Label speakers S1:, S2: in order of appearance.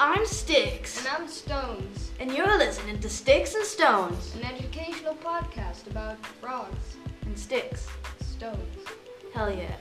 S1: I'm Sticks,
S2: And I'm Stones,
S1: and you're listening to Sticks and Stones
S2: an educational podcast about frogs,
S1: and Sticks.
S2: stones.
S1: Hell yeah.